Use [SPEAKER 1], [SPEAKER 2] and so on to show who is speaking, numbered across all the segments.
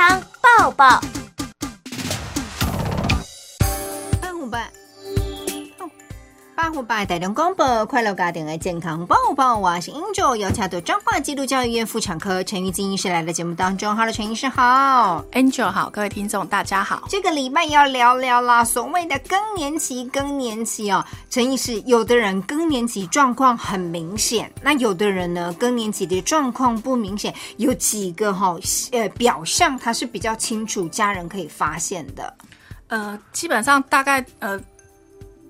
[SPEAKER 1] 宝。
[SPEAKER 2] 爱红包，哦八虎八带动广播，快乐家庭的健康红包红包，我是 Angel，邀请到彰化基督教医院妇产科陈玉金医师来到节目当中。Hello，陈医师好。
[SPEAKER 3] Angel 好，各位听众大家好。
[SPEAKER 2] 这个礼拜要聊聊啦，所谓的更年期，更年期哦，陈医师，有的人更年期状况很明显，那有的人呢，更年期的状况不明显，有几个哈、呃，表象它是比较清楚，家人可以发现的。
[SPEAKER 3] 呃，基本上大概呃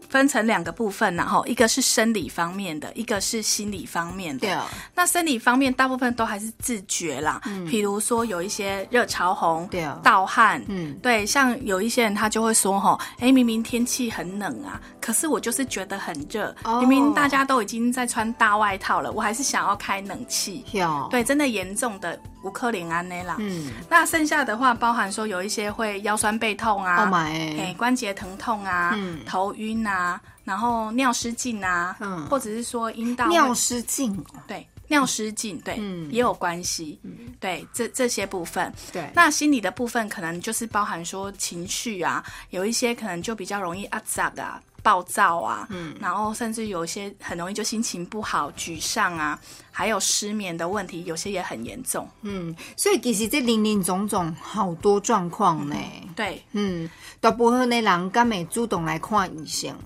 [SPEAKER 3] 分成两个部分然后一个是生理方面的，一个是心理方面的。
[SPEAKER 2] 啊，
[SPEAKER 3] 那生理方面大部分都还是自觉啦，比如说有一些热潮红、
[SPEAKER 2] 嗯对啊
[SPEAKER 3] 盗汗，
[SPEAKER 2] 嗯，
[SPEAKER 3] 对，像有一些人他就会说吼，哎，明明天气很冷啊，可是我就是觉得很热，
[SPEAKER 2] 哦
[SPEAKER 3] 明明大家都已经在穿大外套了，我还是想要开冷气。
[SPEAKER 2] 有，
[SPEAKER 3] 对，真的严重的无可怜安内啦。
[SPEAKER 2] 哦嗯
[SPEAKER 3] 那剩下的话，包含说有一些会腰酸背痛啊，
[SPEAKER 2] ，Oh my，
[SPEAKER 3] 哎，关节疼痛啊，
[SPEAKER 2] 嗯
[SPEAKER 3] 头晕啊，然后尿失禁啊，
[SPEAKER 2] 嗯
[SPEAKER 3] 或者是说阴道
[SPEAKER 2] 尿
[SPEAKER 3] 会
[SPEAKER 2] 失禁，哦
[SPEAKER 3] 对尿失禁，对，
[SPEAKER 2] 嗯
[SPEAKER 3] 也有关系，对这这些部分。
[SPEAKER 2] 对
[SPEAKER 3] 那心理的部分可能就是包含说情绪啊，有一些可能就比较容易啊咋的啊。暴躁啊，嗯，然后甚至有一些很容易就心情不好、沮丧啊，还有失眠的问题，有些也很严重。
[SPEAKER 2] 嗯，所以其实这林林总总好多状况呢。
[SPEAKER 3] 对，
[SPEAKER 2] 嗯，大部分的人敢会主动来看医生，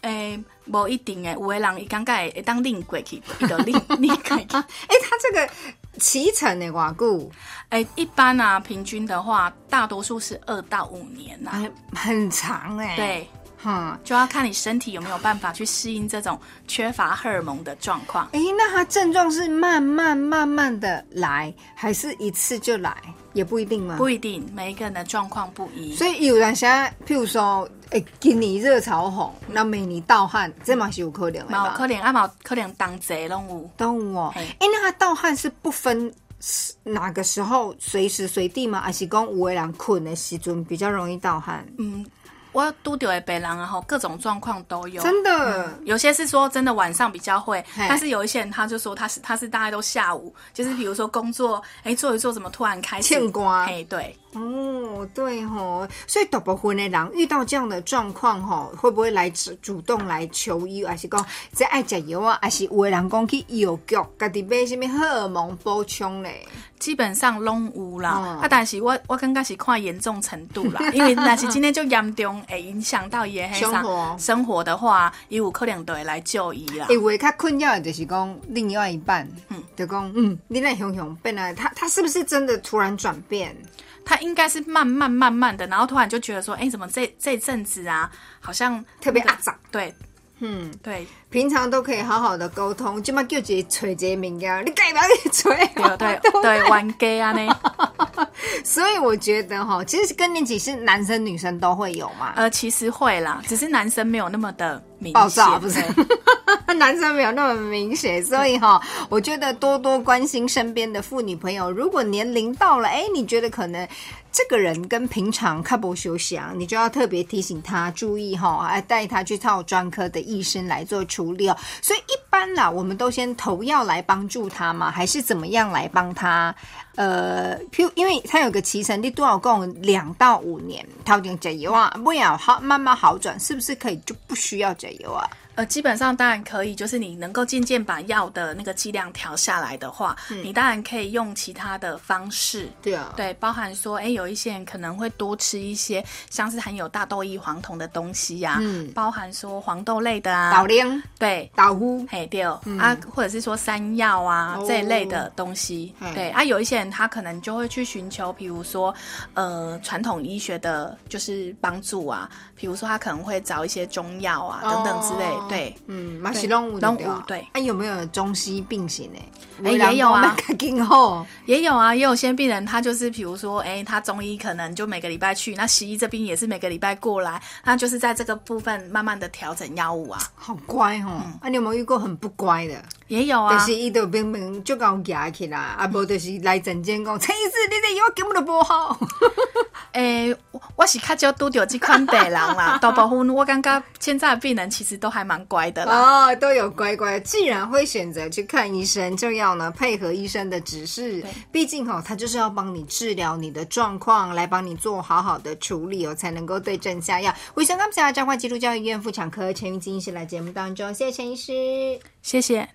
[SPEAKER 3] 诶、无一定诶，有的人伊感觉会当拧过去，伊就拧拧过去。
[SPEAKER 2] 哎、他这个脐橙的偌久，
[SPEAKER 3] 诶、一般啊，平均的话，大多数是二到五年呐、啊。
[SPEAKER 2] 很哎很长哎、，
[SPEAKER 3] 对，
[SPEAKER 2] 哈、
[SPEAKER 3] 就要看你身体有没有办法去适应这种缺乏荷尔蒙的状况。
[SPEAKER 2] 哎、那他症状是慢慢慢慢的来，还是一次就来？也不一定吗？
[SPEAKER 3] 不一定，每一个人的状况不一。
[SPEAKER 2] 所以有人现在，譬如说，哎、今年热潮红，那明年盗汗，这嘛是有可能的
[SPEAKER 3] 嘛有
[SPEAKER 2] 吧？
[SPEAKER 3] 可能啊，嘛有可能当贼拢有。
[SPEAKER 2] 动物哦。哎
[SPEAKER 3] 嘿、
[SPEAKER 2] 那他盗汗是不分是哪个时候，随时随地吗？还是讲有的人困的时阵比较容易盗汗？
[SPEAKER 3] 嗯，我都丢的北狼啊，吼，各种状况都有。嗯
[SPEAKER 2] 真的，
[SPEAKER 3] 有些是说真的晚上比较会，
[SPEAKER 2] 嘿
[SPEAKER 3] 但是有一些人他就说他是他是大概都下午，就是比如说工作，哎、做一做怎么突然开始
[SPEAKER 2] 欠瓜
[SPEAKER 3] 哎、对，
[SPEAKER 2] 哦，对吼、所以大部分的人遇到这样的状况吼、会不会来主主动来求医，还是讲这爱食药啊，还是有的人讲去药局，家己买什么荷尔蒙补充嘞？
[SPEAKER 3] 基本上拢有啦。
[SPEAKER 2] 哦
[SPEAKER 3] 啊，但是我我感觉是看严重程度 啦，因为若是今天就严重，会影响到伊的那
[SPEAKER 2] 生
[SPEAKER 3] 啥
[SPEAKER 2] 活
[SPEAKER 3] 生活的话，伊有可能就会来就医啦。
[SPEAKER 2] 诶，有的较困扰的就是讲另外一半，嗯
[SPEAKER 3] 嗯，
[SPEAKER 2] 就讲嗯，你那熊熊变来，他他是不是真的突然转变？
[SPEAKER 3] 他应该是慢慢慢慢的，然后突然就觉得说，哎、怎么这这阵子啊，好像
[SPEAKER 2] 特别
[SPEAKER 3] 那个
[SPEAKER 2] 阿杂
[SPEAKER 3] 对
[SPEAKER 2] 嗯。
[SPEAKER 3] 对
[SPEAKER 2] 平常都可以好好的沟通，即马叫一个揣一个物件，你改不要去揣。
[SPEAKER 3] 对啊对对，玩 gay 啊呢。
[SPEAKER 2] 所以我觉得哈，其实更年期是男生女生都会有嘛，
[SPEAKER 3] 呃，其实会啦，只是男生没有那么的明显。
[SPEAKER 2] 暴躁不是
[SPEAKER 3] 对
[SPEAKER 2] 男生没有那么明显，所以哈，我觉得多多关心身边的妇女朋友。如果年龄到了，哎，你觉得可能这个人跟平常看不休想，你就要特别提醒他注意哈，哎，带他去照专科的医生来做处理哦。所以一般啦，我们都先投药来帮助他嘛，还是怎么样来帮他？呃，譬如因为它有个脐橙，你多少共两到五年，头前加油啊，不要好慢慢好转，是不是可以就不需要加油啊？
[SPEAKER 3] 呃，基本上当然可以，就是你能够渐渐把药的那个剂量调下来的话，
[SPEAKER 2] 嗯
[SPEAKER 3] 你当然可以用其他的方式。
[SPEAKER 2] 对啊，
[SPEAKER 3] 对，包含说，哎，有一些人可能会多吃一些像是含有大豆异黄酮的东西呀、
[SPEAKER 2] 嗯
[SPEAKER 3] 包含说黄豆类的
[SPEAKER 2] 老
[SPEAKER 3] 啊，
[SPEAKER 2] 龄。
[SPEAKER 3] 对，
[SPEAKER 2] 导呼，
[SPEAKER 3] 嘿对、啊，或者是说山药啊、
[SPEAKER 2] 嗯哦
[SPEAKER 3] 这一类的东西
[SPEAKER 2] 嘿，
[SPEAKER 3] 对啊，有一些人他可能就会去寻求，比如说呃传统医学的就是帮助啊，比如说他可能会找一些中药啊、等等之类
[SPEAKER 2] 哦，
[SPEAKER 3] 对。
[SPEAKER 2] 嗯，马西龙舞
[SPEAKER 3] 拢有对
[SPEAKER 2] 啊，有没有中西并行呢？
[SPEAKER 3] 哎也有啊
[SPEAKER 2] 今后
[SPEAKER 3] 也有啊，也有些病人他就是，比如说，哎、他中医可能就每个礼拜去，那西医这边也是每个礼拜过来，那就是在这个部分慢慢的调整药物啊，
[SPEAKER 2] 好乖哦。啊，你有没有遇过很不乖的？
[SPEAKER 3] 也嗯有啊，
[SPEAKER 2] 就是伊就明明就搞夹起来，啊，无就是来诊间讲，陈医师，你这药根本就不好。
[SPEAKER 3] 诶、我我是较少拄着即款病人 啦，大部分我感觉现在的病人其实都还蛮乖的啦。
[SPEAKER 2] 哦，都有乖乖。既然会选择去看医生，就要呢配合医生的指示
[SPEAKER 3] 对。
[SPEAKER 2] 毕竟哦，他就是要帮你治疗你的状况，来帮你做好好的处理哦，才能够对症下药。我香港下彰化基督教医院妇产科陈玉金医师来节目当中，谢谢陈医师。
[SPEAKER 3] 谢谢。